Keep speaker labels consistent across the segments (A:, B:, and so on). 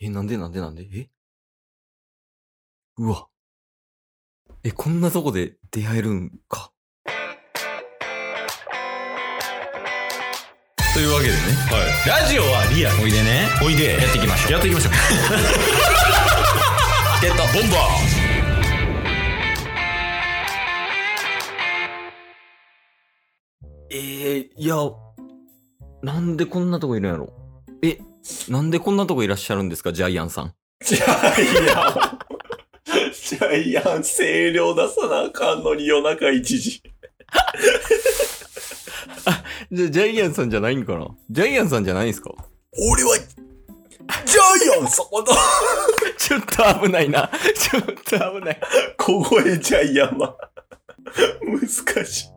A: え、なんでなんでなんでえうわ。え、こんなとこで出会えるんか。
B: というわけでね、はい、ラジオはリアおいでねおいでやっていきましょうやっていきましょうゲットボンバ
A: ええいや、なんでこんなとこいるんやろ。え、なんでこんなとこいらっしゃるんですか、ジャイアンさん。
C: ジャイアン。ジャイアン、声量出さなあかんのに夜中1時。
A: じゃ、ジャイアンさんじゃないんかなジャイアンさんじゃないんすか
C: 俺は、ジャイアンさんだ
A: ちょっと危ないな。ちょっと危ない。
C: 小声ジャイアンは。難しい。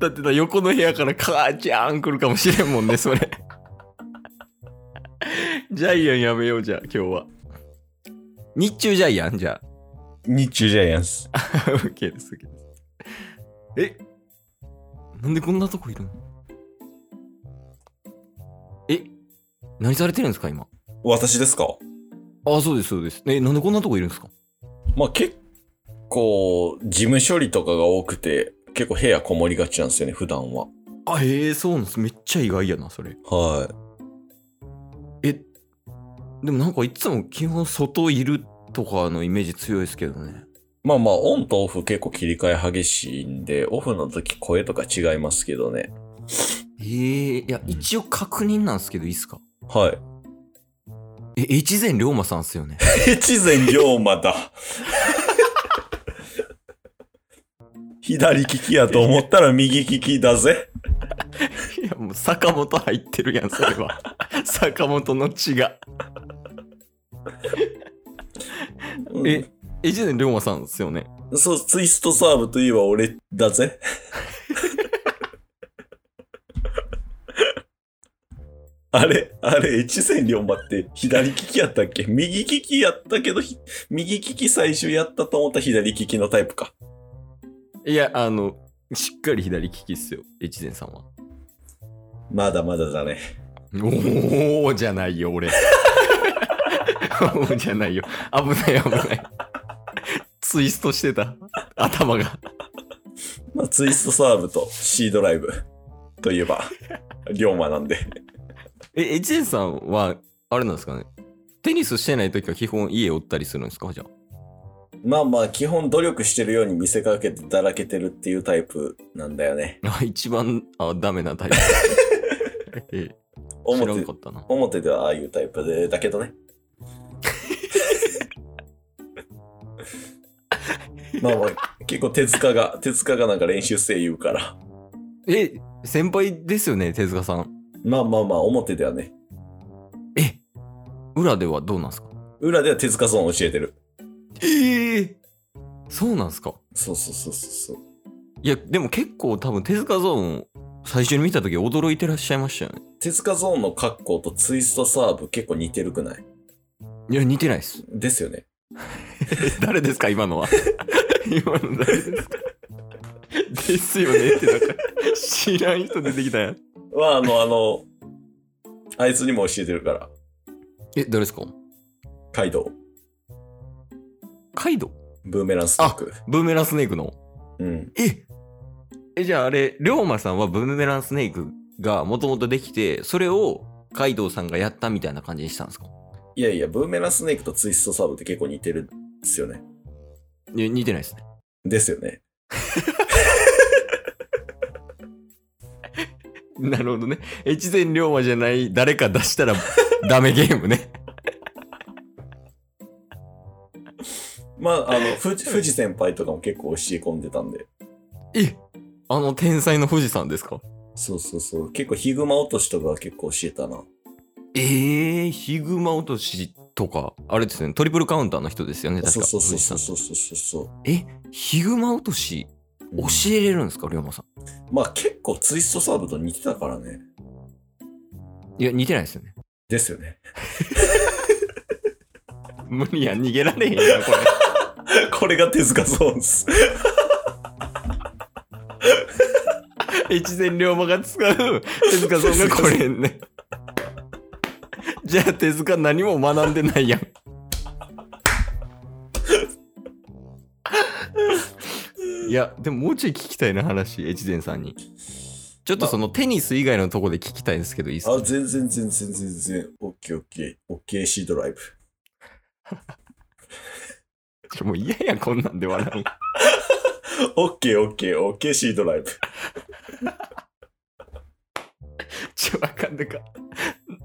A: だってな、横の部屋からカーチャーン来るかもしれんもんね、それ。ジャイアンやめよう、じゃあ、今日は。日中ジャイアンじゃあ。
C: 日中ジャイアンス。
A: OK です、OK です。えなんでこんなとこいるのえ何されてるんですか、今。
C: 私ですか
A: あ、そうです、そうです。え、なんでこんなとこいるんですか
C: まあ結構、事務処理とかが多くて、結構部屋こもりがちなんですよね、普段は。
A: あ、へえ、そうなんです。めっちゃ意外やな、それ。
C: は
A: え、でもなんかいつも基本外いるとかのイメージ強いですけどね。
C: い。まあまあ、オンとオフ結構切り替え激しいんで、オフの時声とか違いますけどね。
A: えー、いや、一応確認なんですけど、いいっすか
C: はい。
A: え、越前龍馬さんっすよね。
C: 越前龍馬だ。左利きやと思ったら右利きだぜ。
A: いや、もう坂本入ってるやん、それ は。坂本の血が。え、越前龍馬さんっすよね。
C: そう、ツイストサーブといえば俺だぜ。 あれ、あれ、越前龍馬って左利きやったっけ右利きやったけど、ひ右利き最初やったと思ったら左利きのタイプか。
A: いや、あの、しっかり左利きっすよ、越前さんは。
C: まだまだだね。
A: おーじゃないよ、俺。おーじゃないよ。危ない、危ない。ツイストしてた。頭が。
C: まあ、ツイストサーブと C ドライブといえば、龍馬なんで。
A: え、エチエさんは、あれなんですかね。テニスしてないときは基本家おったりするんですかじゃあ。
C: まあまあ、基本努力してるように見せかけてだらけてるっていうタイプなんだよね。
A: あ一番、あ、ダメなタイプ。 え知らん
C: 表
A: かったな。
C: 表ではああいうタイプで、だけ どね。まあまあ、結構手塚が、手塚がなんか練習生言うから。
A: え、先輩ですよね、手塚さん。
C: まあまあまあ、表ではね。
A: え、裏ではどうなんですか
C: 裏では手塚ゾーンを教えてる。
A: ええそうなんですか
C: そうそうそうそうそう。
A: いや、でも結構多分手塚ゾーン、最初に見たとき驚いてらっしゃいましたよね。
C: 手塚ゾーンの格好とツイストサーブ結構似てるくない
A: いや、似てないっす。
C: ですよね。
A: 誰ですか、今のは。 今の誰ですか。ですよねって、なんか、知らん人出てきたやん。
C: まあ、あの、あの、あいつにも教えてるから、
A: え、誰ですか
C: カイドウ、
A: カイド
C: ブーメランストック。
A: ブーメランスネークの。
C: うん。
A: ええ、じゃああれ、龍馬さんはブーメランスネークがもともとできて、それをカイドウさんがやったみたいな感じにしたんですか
C: いやいや、ブーメランスネークとツイストサーブって結構似てるっすよね。
A: いや似てないですね。
C: ですよね。
A: なるほどね。越前龍馬じゃない誰か出したらダメゲームね。
C: まあ、あ の、富士富士先輩とかも結構教え込んでたんで。
A: えあの天才の富士山ですか
C: そうそうそう。結構ヒグマ落としとかは結構教えたな。
A: ええヒグマ落としとか、あれですね、トリプルカウンターの人ですよね、確か。
C: そうそうそう
A: 藤
C: そう
A: 井さ
C: そうそうそうそ
A: んえ、ヒグマ落とし、
C: う。
A: 教えれるんですか、龍馬さ
C: まあ結構ツイストサーブと似てたからね。
A: ん。いや、似てないですよね。
C: ですよね。
A: 無理やん、逃げられへんやん、これ。
C: これが手塚ゾーンっす。
A: 越前龍馬が使う手塚さんがこれね。じゃあ手塚何も学んでないやん。いや、でももうちょい聞きたいな話、越前さんに。ちょっとそのテニス以外のとこで聞きたいんですけど、いいっすか
C: あ、全然全然全然。オッケーオッケー。オッケーシードライブ。
A: ちょもう嫌や、こんなんで笑うの。
C: オッケーオッケーオッケーシードライブ。
A: ちょ、わかんなかっ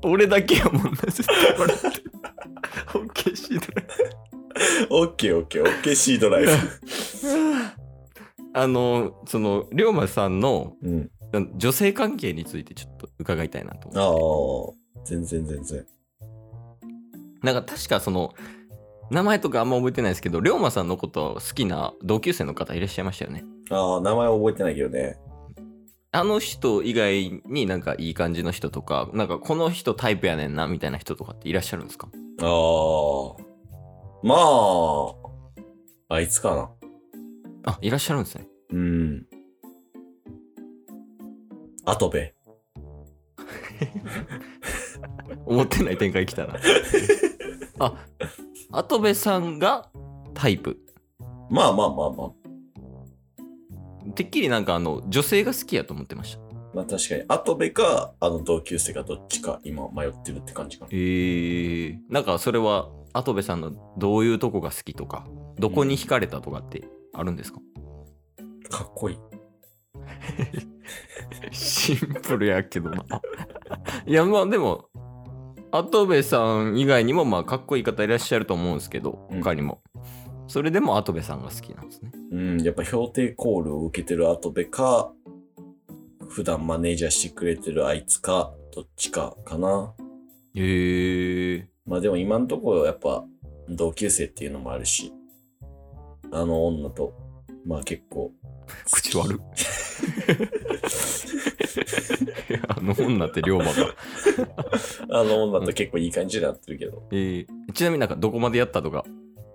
A: た。俺だけやもんな、絶対笑って。オッケーシードライブ
C: オッケーオッケーオッケーシードライ ブ。
A: あの、その、龍馬さんの
C: うん。
A: 女性関係についてちょっと伺いたいなと思って
C: ああ、全然全然。
A: なんか確かその名前とかあんま覚えてないですけど龍馬さんのこと好きな同級生の方いらっしゃいましたよね
C: ああ、名前覚えてないけどね。
A: あの人以外になんかいい感じの人とかなんかこの人タイプやねんなみたいな人とかっていらっしゃるんですか
C: ああ、まあ、あいつかな。
A: あいらっしゃるんですね
C: うん。アトベ。
A: 思ってない展開来たなあ跡部さんがタイプ
C: まあまあまあまあ。
A: てっきりなんかあの女性が好きやと思ってました
C: まあ確かに、アトベか、あの同級生かどっちか今迷ってるって感じかな。
A: えー、なんかそれは跡部さんのどういうとこが好きとかどこに惹かれたとかってあるんですか
C: かっこいい。
A: シンプルやけどな。 いや、まあでも、跡部さん以外にも、まあ、かっこいい方いらっしゃると思うんですけど、
C: うん
A: 他にも。それでも跡部さんが好きなんですね。
C: うん、やっぱ評定コールを受けてるアトベか、普段マネージャーしてくれてるあいつか、どっちかかな。
A: へえ。
C: まあでも今のところやっぱ同級生っていうのもあるし、あの女と、まあ結構。
A: 口悪。いや あの女って龍 馬が。
C: あの女と結構いい感じになってるけど。
A: えーちなみになんかどこまでやったとか、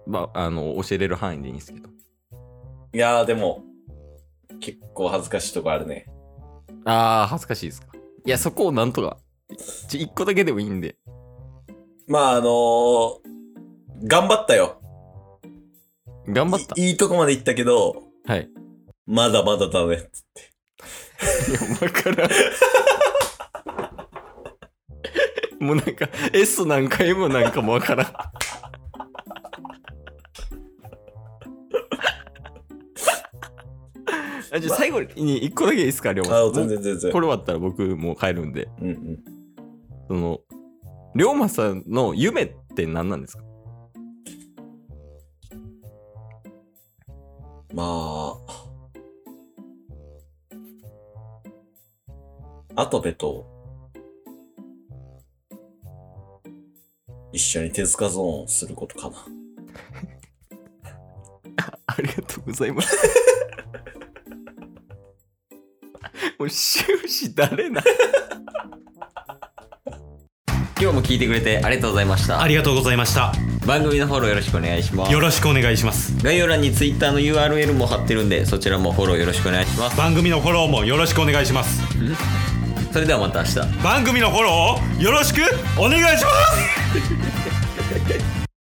A: まあ、あの、教えれる範囲でいいんですけど。
C: いやーでも、結構恥ずかしいとこあるね。
A: ああ、恥ずかしいですか。いや、そこをなんとか。ちょ一個だけでもいいんで。
C: まああのー、頑張ったよ。
A: 頑張った。
C: いいいとこまで行ったけど、
A: はい。
C: まだまだだね。
A: いや、わからん。もうなんか S なんか M なんかもわからん。あじゃあ最後に一個だけいいですか、龍馬
C: あ
A: さん。
C: ー全
A: もう
C: 然全然
A: こ。れ終わったら僕もう帰るんで、
C: うんうん。
A: その、龍馬さんの夢って何なんですか
C: まあ、アトベと、一緒に手塚ゾーンをすることかな。
A: ありがとうございます。 もう終始誰な 今日も聞いてくれてありがとうございました。
B: ありがとうございました
A: 番組のフォローよろしくお願いします
B: よ。ろしくお願いします
A: 概要欄に Twitter の URL も貼ってるんで、そちらもフォローよろしくお願いします。
B: 番組のフォローもよろしくお願いします
A: それではまた明日。
B: 番組のフォローをよろしくお願いします